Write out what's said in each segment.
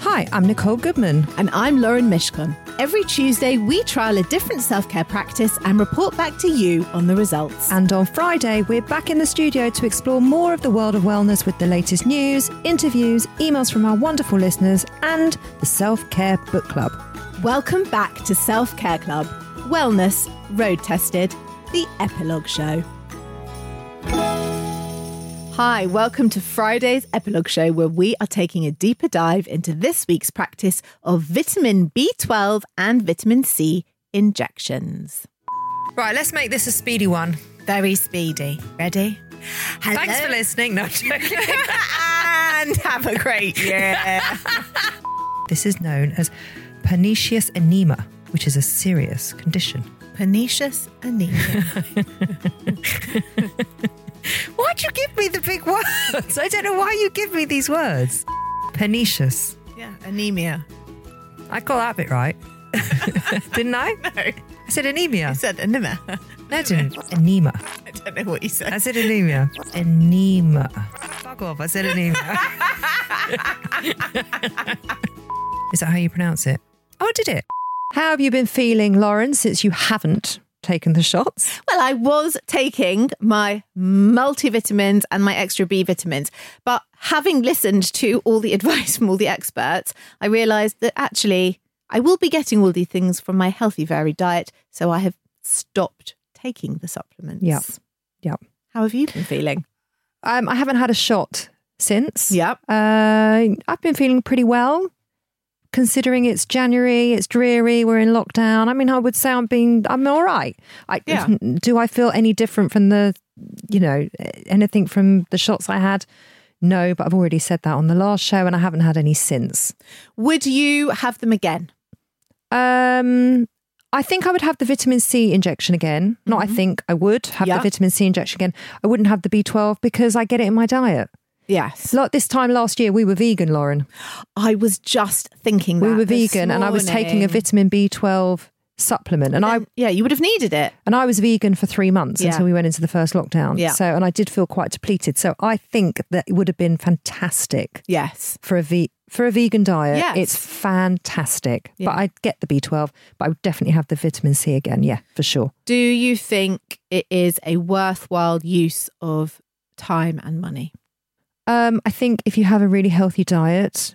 Hi, I'm Nicole Goodman. And I'm Lauren Mishkon. Every Tuesday, we trial a different self care practice and report back to you on the results. And on Friday, we're back in the studio to explore more of the world of wellness with the latest news, interviews, emails from our wonderful listeners, and the Self Care Book Club. Welcome back to Self Care Club Wellness Road Tested, the Epilogue Show. Hi, welcome to Friday's Epilogue Show, where we are taking a deeper dive into this week's practice of vitamin B12 and vitamin C injections. Right, let's make this a speedy one. Very speedy. Ready? Hello. Thanks for listening. No, I'm joking. and have a great year. This is known as pernicious anemia, which is a serious condition. Pernicious anemia. Why'd you give me the big words? I don't know why you give me these words. Pernicious. yeah, anemia. I got that bit right. didn't I? No. I said anemia. I said anemia. No, I didn't. Anemia. I don't know what you I said. said anemia. Anemia. Fuck off. I said anemia. Is that how you pronounce it? Oh, I did it. How have you been feeling, Lauren, since you haven't taken the shots? Well, I was taking my multivitamins and my extra B vitamins, but having listened to all the advice from all the experts, I realised that actually I will be getting all these things from my healthy, varied diet. So I have stopped taking the supplements. Yep. Yep. How have you been feeling? Um, I haven't had a shot since. Yep. Uh, I've been feeling pretty well, considering it's January, it's dreary, we're in lockdown. I mean, I would say I'm being, I'm all right. I, Yeah. Do I feel any different from the, you know, anything from the shots I had? No, but I've already said that on the last show, and I haven't had any since. Would you have them again? Um, I think I would have the vitamin C injection again. Not I think I would have Mm-hmm. Yeah. the vitamin C injection again. I wouldn't have the B12 because I get it in my diet. Yes. Like this time last year, we were vegan, Lauren. I was just thinking that we were this vegan and I was taking a morning. vitamin B12 supplement and I Then- yeah, you would have needed it. and I was vegan for 3 months Yeah. until we went into the first lockdown. Yeah. So and I did feel quite depleted. So I think that it would have been fantastic Yes. for a ve- for a vegan diet. Yes. It's fantastic. Yeah. But I'd get the B12, but I would definitely have the vitamin C again. Yeah, for sure. Do you think it is a worthwhile use of time and money? Um I think if you have a really healthy diet,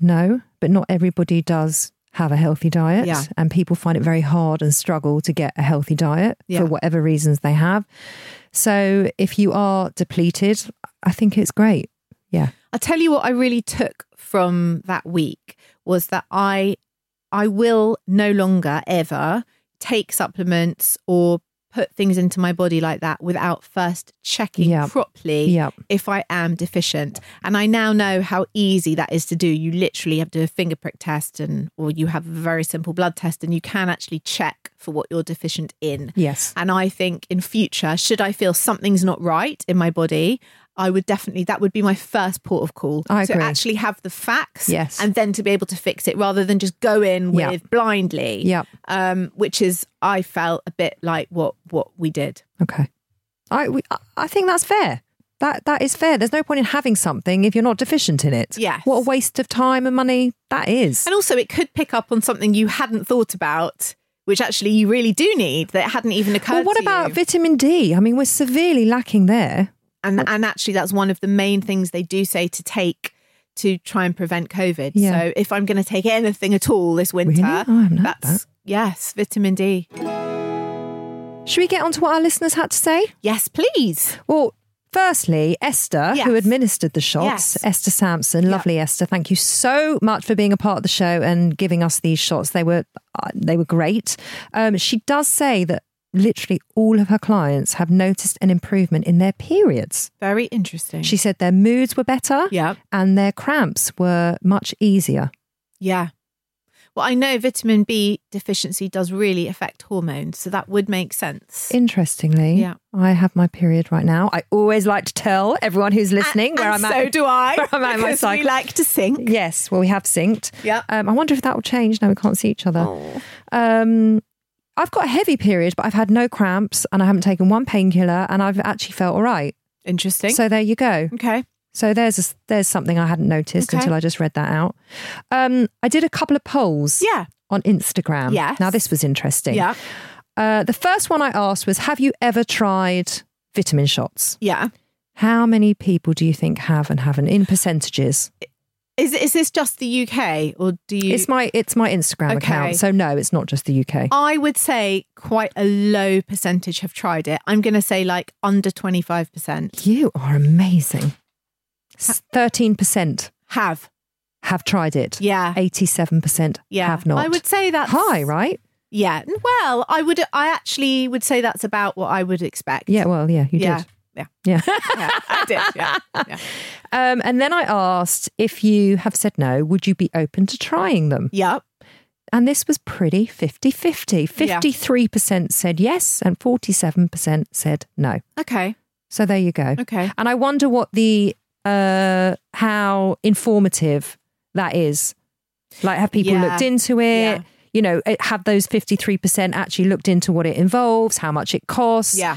no, but not everybody does have a healthy diet Yeah. and people find it very hard and struggle to get a healthy diet Yeah. for whatever reasons they have. So if you are depleted, I think it's great. Yeah. I tell you what I really took from that week was that I I will no longer ever take supplements or put things into my body like that without first checking Yeah. properly Yeah. if I am deficient. And I now know how easy that is to do. You literally have to do a finger prick test and or you have a very simple blood test and you can actually check for what you're deficient in. Yes. And I think in future, should I feel something's not right in my body, I would definitely that would be my first port of call. I To agree. actually have the facts Yes. and then to be able to fix it rather than just go in with Yeah. blindly. Yeah. Um, which is I felt a bit like what what we did. Okay. I we, I- I think that's fair. That that is fair. There's no point in having something if you're not deficient in it. Yes. What a waste of time and money that is. And also it could pick up on something you hadn't thought about, which actually you really do need that hadn't even occurred Well, what to about you. vitamin D? I mean, we're severely lacking there. and and actually that's one of the main things they do say to take to try and prevent COVID. Yeah. So if I'm going to take anything at all this winter, Really? Oh, I haven't heard that's yes, vitamin D. Should we get on to what our listeners had to say? Yes, please. Well, firstly, Esther, Yes. who administered the shots, Yes. Esther Sampson, lovely Esther. Thank you so much for being a part of the show and giving us these shots. They were uh, they were great. Um, she does say that literally all of her clients have noticed an improvement in their periods. Very interesting. She said their moods were better yeah, and their cramps were much easier. yeah. Well, I know vitamin B deficiency does really affect hormones, so that would make sense. Interestingly, Yeah. I have my period right now. I always like to tell everyone who's listening And- where and I'm so at. do I. where I'm at in my because we cycle. like to sync. Yes, well, we have synced. Yeah. Oh. Um, I wonder if that will change. Now we can't see each other. Um, I've got a heavy period, but I've had no cramps and I haven't taken one painkiller, and I've actually felt all right. Interesting. So there you go. okay. So there's a, there's something I hadn't noticed Okay. until I just read that out. Um, I did a couple of polls. Yeah. On Instagram. Yes. Now this was interesting. Yeah. Uh, the first one I asked was, "Have you ever tried vitamin shots? Yeah. How many people do you think have and haven't in percentages?" Is is this just the UK or do you? It's my it's my Instagram Okay. account, so no, it's not just the UK. I would say quite a low percentage have tried it. I'm going to say like under 25% You are amazing. Thirteen percent have. have tried it. Yeah. Eighty-seven percent Yeah. have not. I would say that's high, right? Yeah. Well, I would, I actually would say that's about what I would expect. Yeah. Well, yeah, you yeah. did. Yeah. Yeah. Yeah. I did. Yeah. Yeah. um, and then I asked if you have said no, would you be open to trying them? yeah. And this was pretty 50 50. Yeah. 53% said yes, and 47% said no. Okay. So there you go. Okay. And I wonder what the, uh, how informative that is. Like, have people Yeah. looked into it? Yeah. You know, it- have those 53% actually looked into what it involves, how much it costs, Yeah.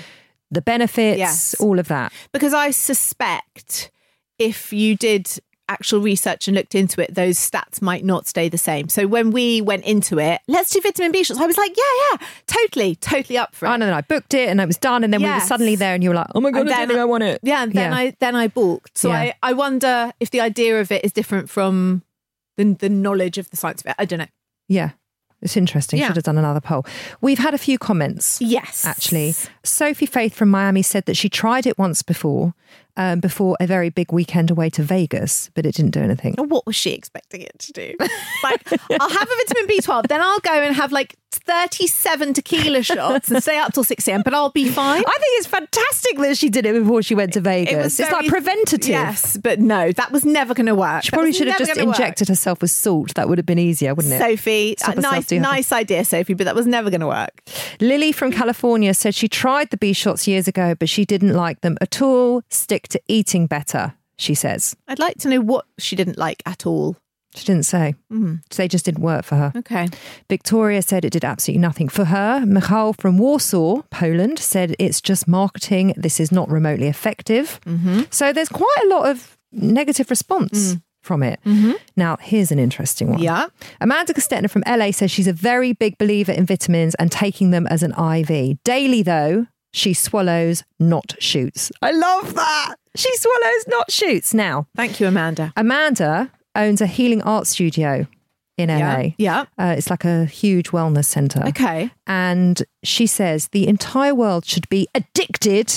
the benefits, Yes. all of that? Because I suspect if you did actual research and looked into it, those stats might not stay the same. So when we went into it, let's do vitamin B shots. I was like, yeah, yeah, totally, totally up for it. I know that I booked it and it was done, and then we were Yes. suddenly there, and you were like, "Oh my god, And I then don't think I- I want it." Yeah, and then I then I balked. So Yeah. I, I wonder if the idea of it is different from the the knowledge of the science of it. I don't know. yeah, it's interesting. Yeah. Should have done another poll. We've had a few comments. Yes. Actually, Sophie Faith from Miami said that she tried it once before, um, before a very big weekend away to Vegas, but it didn't do anything. What was she expecting it to do? Like, I'll have a vitamin B12, then I'll go and have like 37 tequila shots and stay up till 6 a.m., but I'll be fine. I think it's fantastic that she did it before she went to Vegas. it's very- like preventative. Yes, but no, that was never going to work. She That probably was should have never just gonna work. injected herself with salt. That would have been easier, wouldn't it? Sophie, Stop uh, herself, nice, do you have- nice idea, Sophie, but that was never going to work. Lily from California said she tried the B shots years ago, but she didn't like them at all. Stick to eating better, she says. I'd like to know what she didn't like at all. She didn't say. Mm. They just didn't work for her. Okay. Victoria said it did absolutely nothing for her. Michal from Warsaw, Poland, said it's just marketing. This is not remotely effective. So there's quite a lot of negative response from it. Now, here's an interesting one. Yeah. Amanda Kastetner from LA says she's a very big believer in vitamins and taking them as an IV. Daily, though, she swallows, not shoots. I love that. She swallows, not shoots. Now, Thank you, Amanda. Amanda owns a healing art studio in LA. Yeah. Yeah. Uh, it's like a huge wellness center. Okay. And she says the entire world should be addicted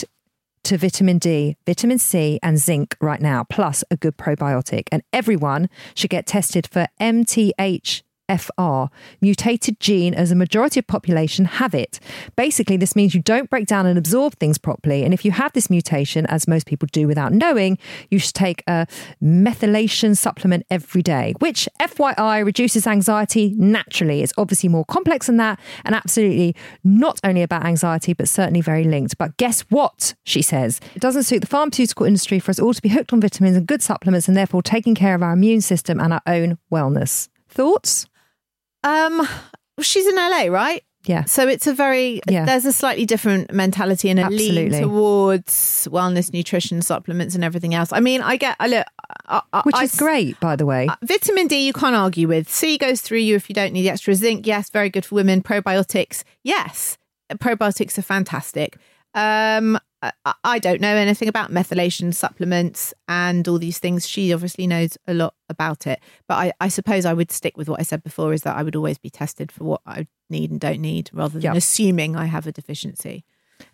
to vitamin D, vitamin C, and zinc right now, plus a good probiotic. And everyone should get tested for MTHFR, mutated gene, as a majority of population have it. Basically, this means you don't break down and absorb things properly. And if you have this mutation, as most people do without knowing, you should take a methylation supplement every day, which, FYI, reduces anxiety naturally. It's obviously more complex than that and absolutely not only about anxiety, but certainly very linked. But guess what? She says it doesn't suit the pharmaceutical industry for us all to be hooked on vitamins and good supplements and therefore taking care of our immune system and our own wellness. Thoughts? Um, she's in LA, right? Yeah. So it's a very Yeah. there's a slightly different mentality and a Absolutely. lean towards wellness, nutrition, supplements, and everything else. I mean, I get I look, I, I, Which I is great, by the way. Vitamin D, you can't argue with. C goes through you if you don't need extra zinc. Yes, very good for women. Probiotics, yes, probiotics are fantastic. Um, I, I- I don't know anything about methylation supplements and all these things. She obviously knows a lot about it. But I, I suppose I would stick with what I said before is that I would always be tested for what I need and don't need rather than Yeah. assuming I have a deficiency.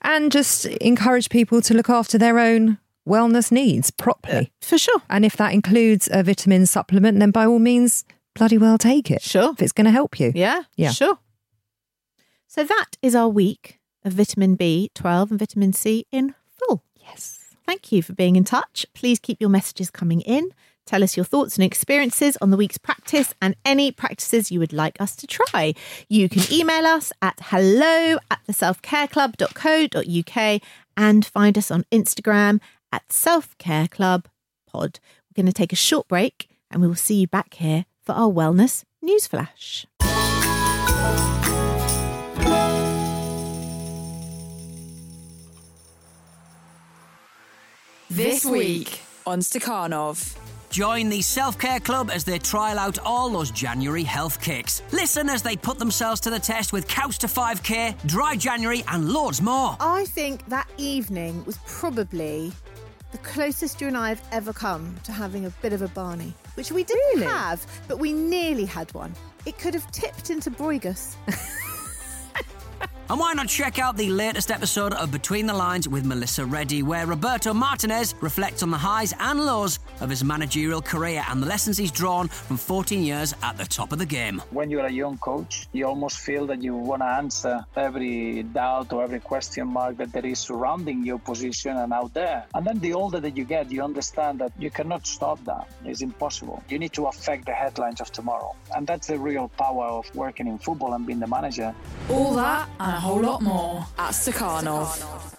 and just encourage people to look after their own wellness needs properly. For sure. And if that includes a vitamin supplement, then by all means, bloody well take it. Sure. If it's going to help you. Yeah. Yeah. Sure. So that is our week of vitamin B12 and vitamin C in full. Yes. Thank you for being in touch. Please keep your messages coming in. Tell us your thoughts and experiences on the week's practice and any practices you would like us to try. You can email us at hello at the selfcareclub.co.uk and find us on Instagram at selfcareclubpod. We're going to take a short break and we will see you back here for our wellness newsflash. This week on Stakhanov. Join the Self Care Club as they trial out all those January health kicks. Listen as they put themselves to the test with Couch to 5K, Dry January, and loads more. I think that evening was probably the closest you and I have ever come to having a bit of a Barney, which we didn't have, but we nearly had one. It could have tipped into Bruigus. And why not check out the latest episode of Between the Lines with Melissa Reddy, where Roberto Martinez reflects on the highs and lows of his managerial career and the lessons he's drawn from 14 years at the top of the game. when you're a young coach, you almost feel that you want to answer every doubt or every question mark that there is surrounding your position and out there. And then the older that you get, you understand that you cannot stop that. It's impossible. You need to affect the headlines of tomorrow. And that's the real power of working in football and being the manager. All that and a whole lot more at Stakhanov.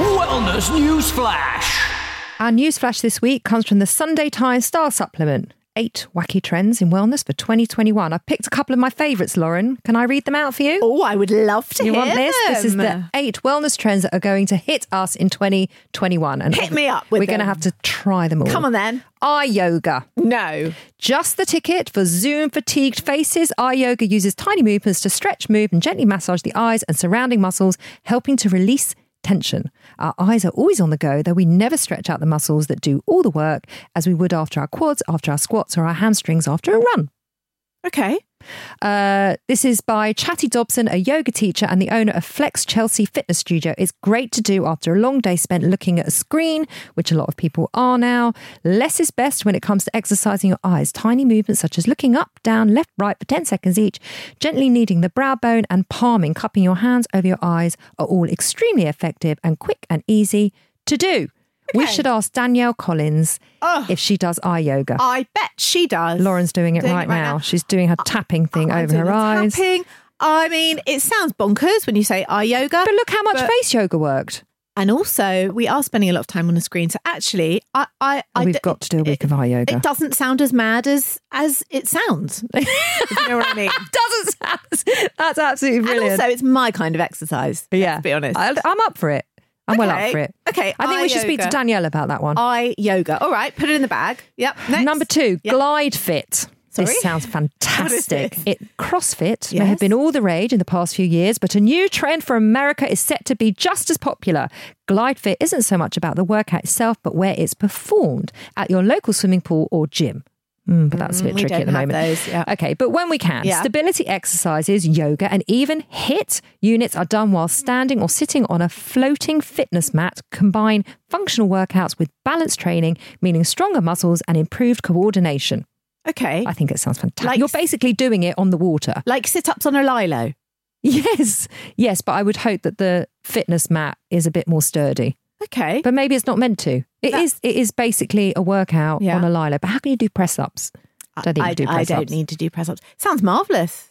Wellness News Flash. Our newsflash this week comes from the Sunday Times Star Supplement. Eight wacky trends in wellness for 2021. I've picked a couple of my favourites, Lauren. Can I read them out for you? Oh, I would love to you hear want this? This is the them. eight wellness trends that are going to hit us in 2021. And Hit me up with We're going to them. have to try them all. Come on then. Eye yoga. No. Just the ticket for Zoom fatigued faces. Eye yoga uses tiny movements to stretch, move, and gently massage the eyes and surrounding muscles, helping to release tension. Our eyes are always on the go, though we never stretch out the muscles that do all the work as we would after our quads, after our squats, or our hamstrings after a run. Okay. Uh, this is by Chatty Dobson, a yoga teacher and the owner of Flex Chelsea Fitness Studio. It's great to do after a long day spent looking at a screen, which a lot of people are now. Less is best when it comes to exercising your eyes. Tiny movements such as looking up, down, left, right for 10 seconds each, gently kneading the brow bone, and palming, cupping your hands over your eyes are all extremely effective and quick and easy to do. We should ask Danielle Collins if she does eye yoga. I bet she does. Lauren's doing it, Doing right, now. She's doing her tapping thing I'm over doing her the eyes. tapping. I mean, it sounds bonkers when you say eye yoga. But look how much but- face yoga worked. And also, we are spending a lot of time on the screen. So actually, I, I, Oh, I we've d- got to do a week of eye yoga. It doesn't sound as mad as as it sounds. if you know what I mean. doesn't sound. That's absolutely And also, it's my kind of exercise. yeah, be honest. I, am up for it. I'm well up Okay. for it. Okay, I think eye we should speak to yoga. Danielle about that one. Eye yoga. All right, put it in the bag. Yep. Next. Number two, Yeah. Glide Fit. Sorry? This sounds fantastic. this? It CrossFit may have Yes. been all the rage in the past few years, but a new trend for America is set to be just as popular. Glide Fit isn't so much about the workout itself, but where it's performed at your local swimming pool or gym. Mm, but that's a bit we tricky at don't the have moment. those, yeah. Okay, but when we can, Yeah. stability exercises, yoga, and even HIT units are done while standing or sitting on a floating fitness mat. Combine functional workouts with balance training, meaning stronger muscles and improved coordination. Okay. I think it sounds fantastic. Like- You're basically doing it on the water. Like sit ups on a lilo. Yes, yes, but I would hope that the fitness mat is a bit more sturdy. Okay. But maybe it's not meant to. It That- is. It is basically a workout Yeah. on a lilo. But how can you do press ups? Don't think I, you do I press don't ups. need to do press ups. Sounds marvelous.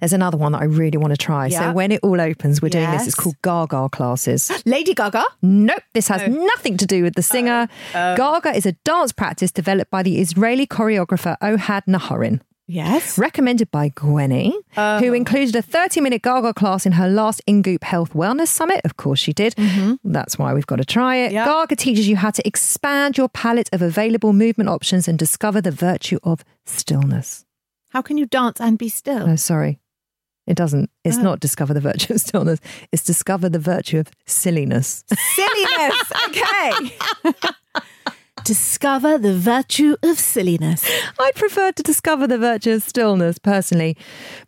There's another one that I really want to try. Yeah. So when it all opens, we're doing this. Yes. It's called Gaga classes. Lady Gaga. Nope, this has nothing to do with the um, singer. Gaga is a dance practice developed by the Israeli choreographer Ohad Naharin. Yes. recommended by Gwenny, Um, who included a 30 minute gargle class in her last Ingoop Health Wellness Summit. Of course, she did. That's why we've got to try it. Mm-hmm. Yeah. Garga teaches you how to expand your palette of available movement options and discover the virtue of stillness. How can you dance and be still? No, sorry. It doesn't. It's Oh. not discover the virtue of stillness. It's discover the virtue of silliness. Silliness. Okay. Discover the virtue of silliness. I prefer to discover the virtue of stillness personally.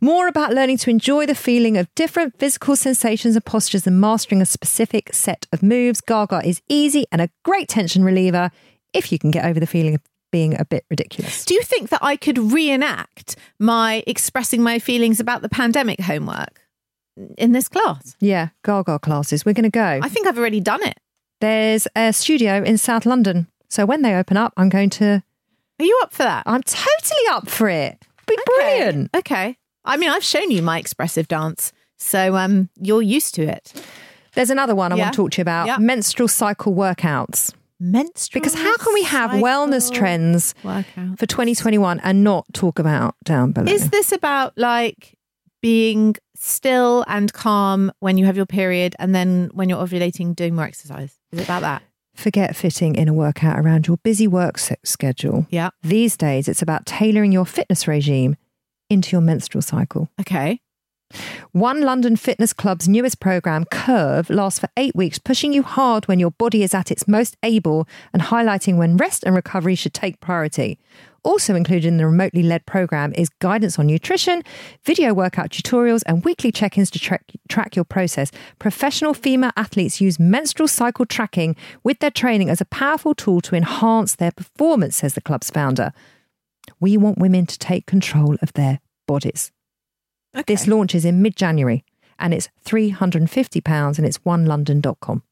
More about learning to enjoy the feeling of different physical sensations and postures and mastering a specific set of moves. Gaga is easy and a great tension reliever if you can get over the feeling of being a bit ridiculous. Do you think that I could reenact my expressing my feelings about the pandemic homework in this class? Yeah, Gaga classes. We're going to go. I think I've already done it. There's a studio in South London. So when they open up, I'm going to. Are you up for that? I'm totally up for it. Be Okay. brilliant. Okay. I mean, I've shown you my expressive dance, so um, you're used to it. There's another one I Yeah. want to talk to you about Yeah. menstrual cycle workouts. Menstrual. Because how can we have cycle wellness trends workout? for 2021 and not talk about down below? Is this about like being still and calm when you have your period, and then when you're ovulating, doing more exercise? Is it about that? Forget fitting in a workout around your busy work s- schedule. Yeah. These days, it's about tailoring your fitness regime into your menstrual cycle. Okay. One London Fitness Club's newest program, Curve, lasts for eight weeks, pushing you hard when your body is at its most able and highlighting when rest and recovery should take priority. Also included in the remotely led program is guidance on nutrition, video workout tutorials, and weekly check ins to track, track your process. Professional female athletes use menstrual cycle tracking with their training as a powerful tool to enhance their performance, says the club's founder. We want women to take control of their bodies. This launches in mid January and it's £350 and it's onelondon.com.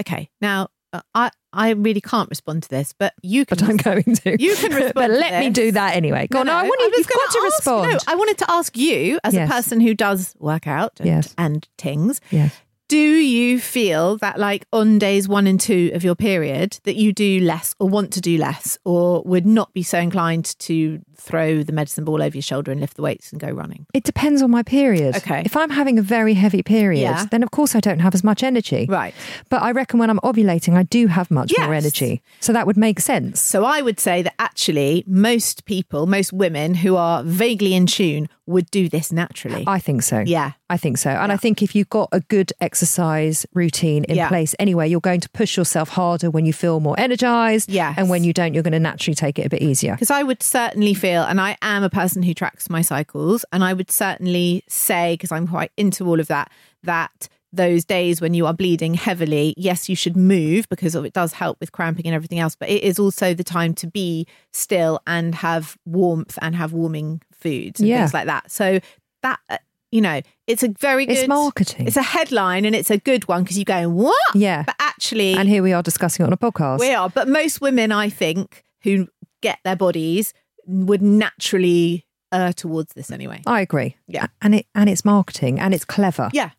Okay. Now, uh, I I really can't respond to this, but you can. But I'm going to. You can respond but to let me this. do that anyway. Go on. I want you, was you've gonna got to ask- respond. No, I wanted to ask you, as Yes. a person who does workout and, Yes. and things, Yes. do you feel that, like, on days one and two of your period, that you do less or want to do less or would not be so inclined to throw the medicine ball over your shoulder and lift the weights and go running? It depends on my period. Okay. If I'm having a very heavy period, Yeah. then of course I don't have as much energy. Right. But I reckon when I'm ovulating, I do have much more Yes. energy. So that would make sense. So I would say that actually, most people, most women who are vaguely in tune would do this naturally. I think so. Yeah. I think so. And I think if you've got a good exercise routine in Yeah. place anyway, you're going to push yourself harder when you feel more energized. Yes. And when you don't, you're going to naturally take it a bit easier. Because I would certainly feel, and I am a person who tracks my cycles, and I would certainly say, because I'm quite into all of that, that those days when you are bleeding heavily, yes, you should move because it does help with cramping and everything else, but it is also the time to be still and have warmth and have warming foods and Yeah. things like that. So that, uh, you know, it's a very good. It's marketing. It's a headline and it's a good one because you go, what? Yeah. But actually, And here we are discussing it on a podcast. we are, but most women, I think, who get their bodies would naturally err towards this anyway. I agree. Yeah. And it and it's marketing and it's clever. Yeah,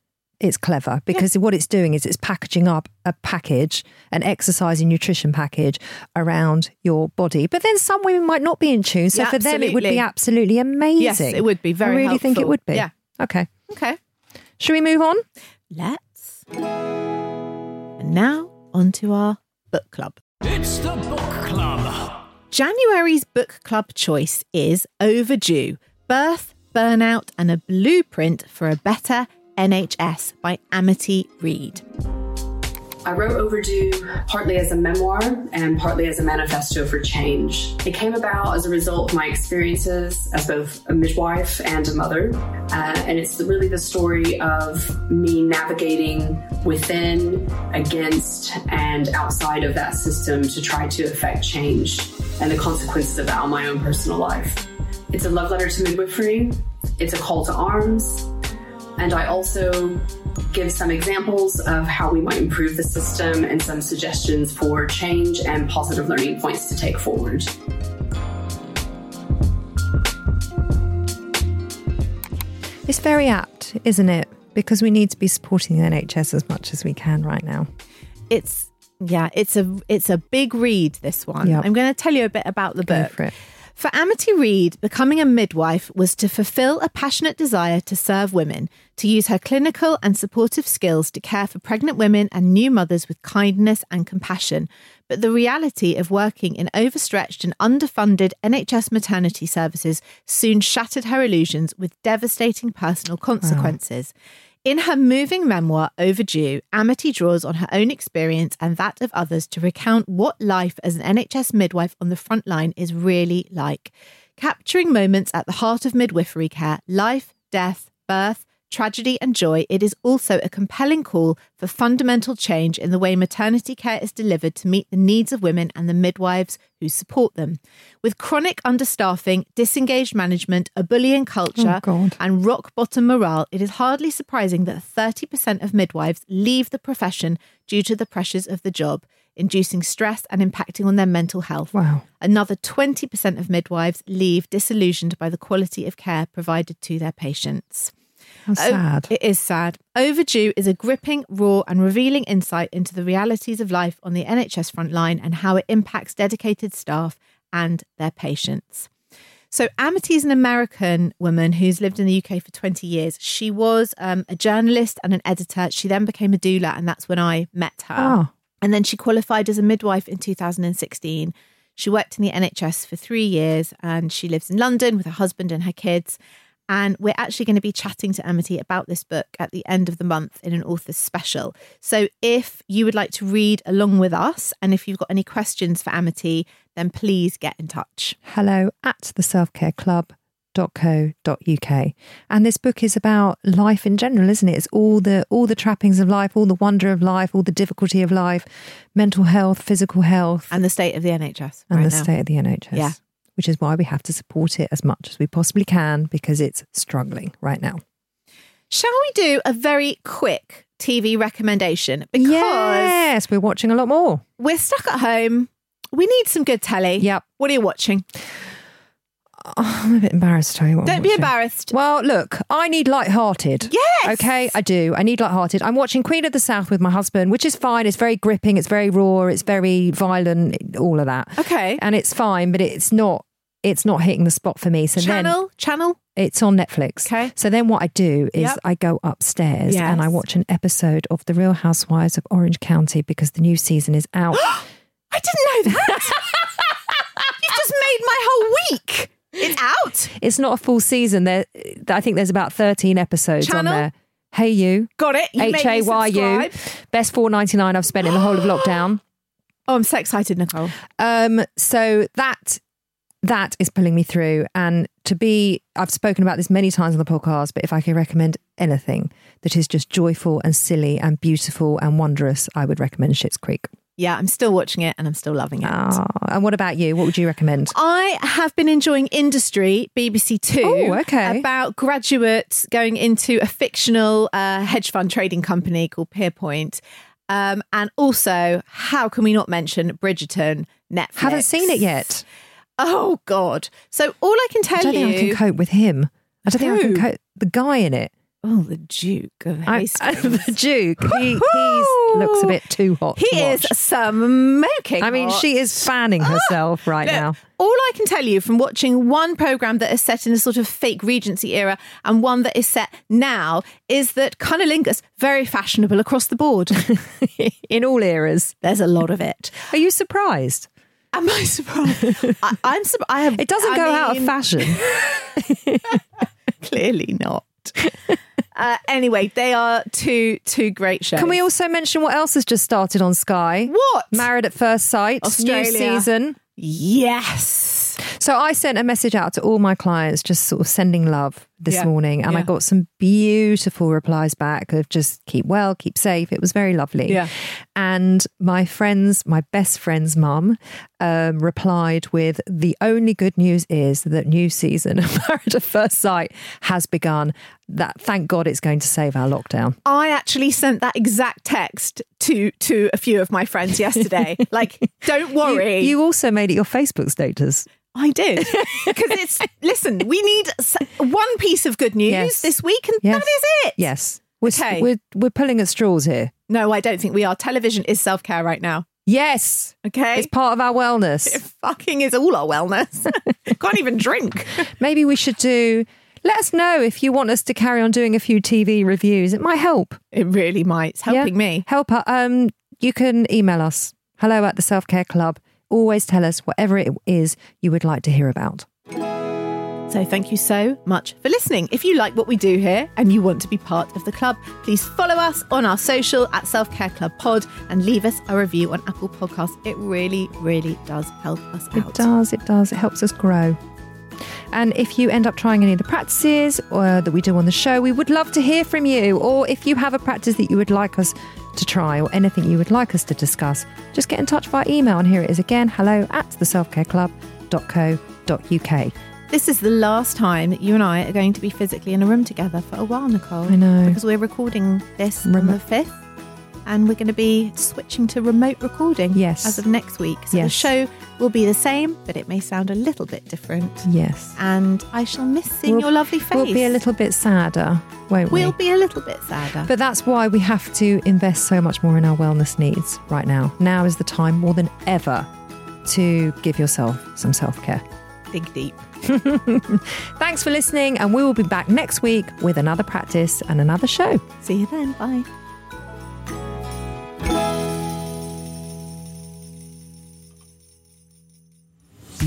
It's clever because what it's doing is it's packaging up a package, an exercise and nutrition package around your body. But then some women might not be in tune. So Yeah, for them it would be absolutely absolutely. amazing. it would be very I really think it helpful. would be. Yeah. Okay. okay. Should we move on? Let's. And now on to our book club. It's the book club. January's book club choice is Overdue Birth, Burnout, and a Blueprint for a Better NHS by Amity Reid. I wrote Overdue partly as a memoir and partly as a manifesto for change. It came about as a result of my experiences as both a midwife and a mother. Uh, and it's really the story of me navigating within, against, and outside of that system to try to affect change and the consequences of that on my own personal life. It's a love letter to midwifery, it's a call to arms, and I also give some examples of how we might improve the system and some suggestions for change and positive learning points to take forward. It's very apt, isn't it? Because we need to be supporting the NHS as much as we can right now. It's yeah, it's a it's a big read this one. Yeah. I'm going to tell you a bit about the Go book. for it. For Amity Reed, becoming a midwife was to fulfill a passionate desire to serve women, to use her clinical and supportive skills to care for pregnant women and new mothers with kindness and compassion. But the reality of working in overstretched and underfunded NHS maternity services soon shattered her illusions with devastating personal consequences. In her moving memoir, Overdue, Amity draws on her own experience and that of others to recount what life as an NHS midwife on the front line is really like. Capturing moments at the heart of midwifery care life, death, birth, tragedy, and joy, it is also a compelling call for fundamental change in the way maternity care is delivered to meet the needs of women and the midwives who support them. With chronic understaffing, disengaged management, a bullying culture, God. and rock bottom morale, it is hardly surprising that 30% of midwives leave the profession due to the pressures of the job, inducing stress and impacting on their mental health. Wow. Another 20% of midwives leave disillusioned by the quality of care provided to their patients. How O- sad. Oh, It is sad. Overdue is a gripping, raw, and revealing insight into the realities of life on the NHS front line and how it impacts dedicated staff and their patients. So, Amity is an American woman who's lived in the UK for 20 years. She was um, a journalist and an editor. She then became a doula, and that's when I met her. Ah. And then she qualified as a midwife in 2016. She worked in the NHS for three years and she lives in London with her husband and her kids. And we're actually going to be chatting to Amity about this book at the end of the month in an author's special. So if you would like to read along with us and if you've got any questions for Amity, then please get in touch. hello at the selfcareclub.co.uk and this book is about life in general isn't it it's all the all the trappings of life all the wonder of life all the difficulty of life mental health physical health and, And the state of the NHS. right the now. state of the NHS Yeah. which is why we have to support it as much as we possibly can because it's struggling right now Shall we do a very quick TV recommendation? Because yes we're watching a lot more we're stuck at home. We need some good telly. Yep. What are you watching? I'm a bit embarrassed to tell you what I'm Don't be watching. embarrassed. Well, look, I need light-hearted. Yes! Okay, I do. I need light-hearted. I'm watching Queen of the South with my husband, which is fine. It's very gripping. It's very raw. It's very violent. All of that. Okay. And it's fine, but it's not. It's not hitting the spot for me. So then channel, channel. it's on Netflix. Okay. So then what I do is Yep. I go upstairs Yes. and I watch an episode of The Real Housewives of Orange County because the new season is out. I didn't know that. You've just made my whole week. It's out. it's not a full season. There, I think there's about 13 episodes Channel? on there. Hey you. Got it. You made me H A Y U. subscribe. Best four ninety nine I've spent in the whole of lockdown. Oh, I'm so excited, Nicole. Um, so that that is pulling me through. And to be, I've spoken about this many times on the podcast, but if I could recommend anything that is just joyful and silly and beautiful and wondrous, I would recommend Shit's Creek. Yeah, I'm still watching it and I'm still loving it. Ah, and what about you? What would you recommend? I have been enjoying Industry, BBC Two, Oh, okay. about graduates going into a fictional uh, hedge fund trading company called Peerpoint. Um, and also, how can we not mention Bridgerton Netflix? Haven't seen it yet. Oh, God. So, all I can tell I don't you. think I can cope with him. I don't think I can Who? cope. The guy in it, Oh, the Duke of I, Hastings. the Duke, he he's, looks a bit too hot. He to is watch. smoking. I mean, hot. she is fanning herself right Ah! Look, now. All I can tell you from watching one program that is set in a sort of fake Regency era and one that is set now is that cunnilingus very fashionable across the board. in all eras. There's a lot of it. Are you surprised? Am I surprised? I, I'm surprised. I have. It doesn't I go out of mean, fashion. Clearly not. uh, anyway, they are two two great shows. Can we also mention what else has just started on Sky? What? Married at First Sight, Australia. new season. yes. So I sent a message out to all my clients, just sort of sending love this Yeah. morning, and I Yeah. got some beautiful replies back of just keep well, keep safe. It was very lovely. Yeah. And my friends, my best friend's mum, um, replied with, "The only good news is that new season of Married at First Sight has begun. That thank God it's going to save our lockdown." I actually sent that exact text to to a few of my friends yesterday. like, don't You- worry. You, also made it your Facebook status. I did. Because it's, listen, we need s- one piece of good news Yes. this week, and Yes. that is it. Yes. We're, Okay. we're, we're pulling at straws here. No, I don't think we are. Television is self care right now. Yes. Okay. It's part of our it wellness. fucking is all our wellness. Can't even drink. Maybe we should do. Let us know if you want us to carry on doing a few TV reviews. It might help. It really might. It's helping Yeah. me. Help us. Um, you can email us hello at the self care club. Always tell us whatever it is you would like to hear about. So thank you so much for listening. If you like what we do here and you want to be part of the club, please follow us on our social at Self Care Club Pod and leave us a review on Apple Podcasts. It really, really does help us It out. does, it does. It helps us grow. And if you end up trying any of the practices uh, that we do on the show, we would love to hear from you. Or if you have a practice that you would like us to try or anything you would like us to discuss, just get in touch via email. And here it is again hello at theselfcareclub.co.uk. This is the last time that you and I are going to be physically in a room together for a while, Nicole. I know. Because we're recording this on Remo- the 5th and we're going to be switching to remote recording Yes. as of next week. So the Yes. show will be the same, but it may sound a little bit different. Yes. And I shall miss seeing We'll- your lovely face. We'll be a little bit sadder, won't We'll we? be a little bit sadder. But that's why we have to invest so much more in our wellness needs right now. Now is the time more than ever to give yourself some self care. dig deep. Thanks for listening, and we will be back next week with another practice and another show. See you then. Bye.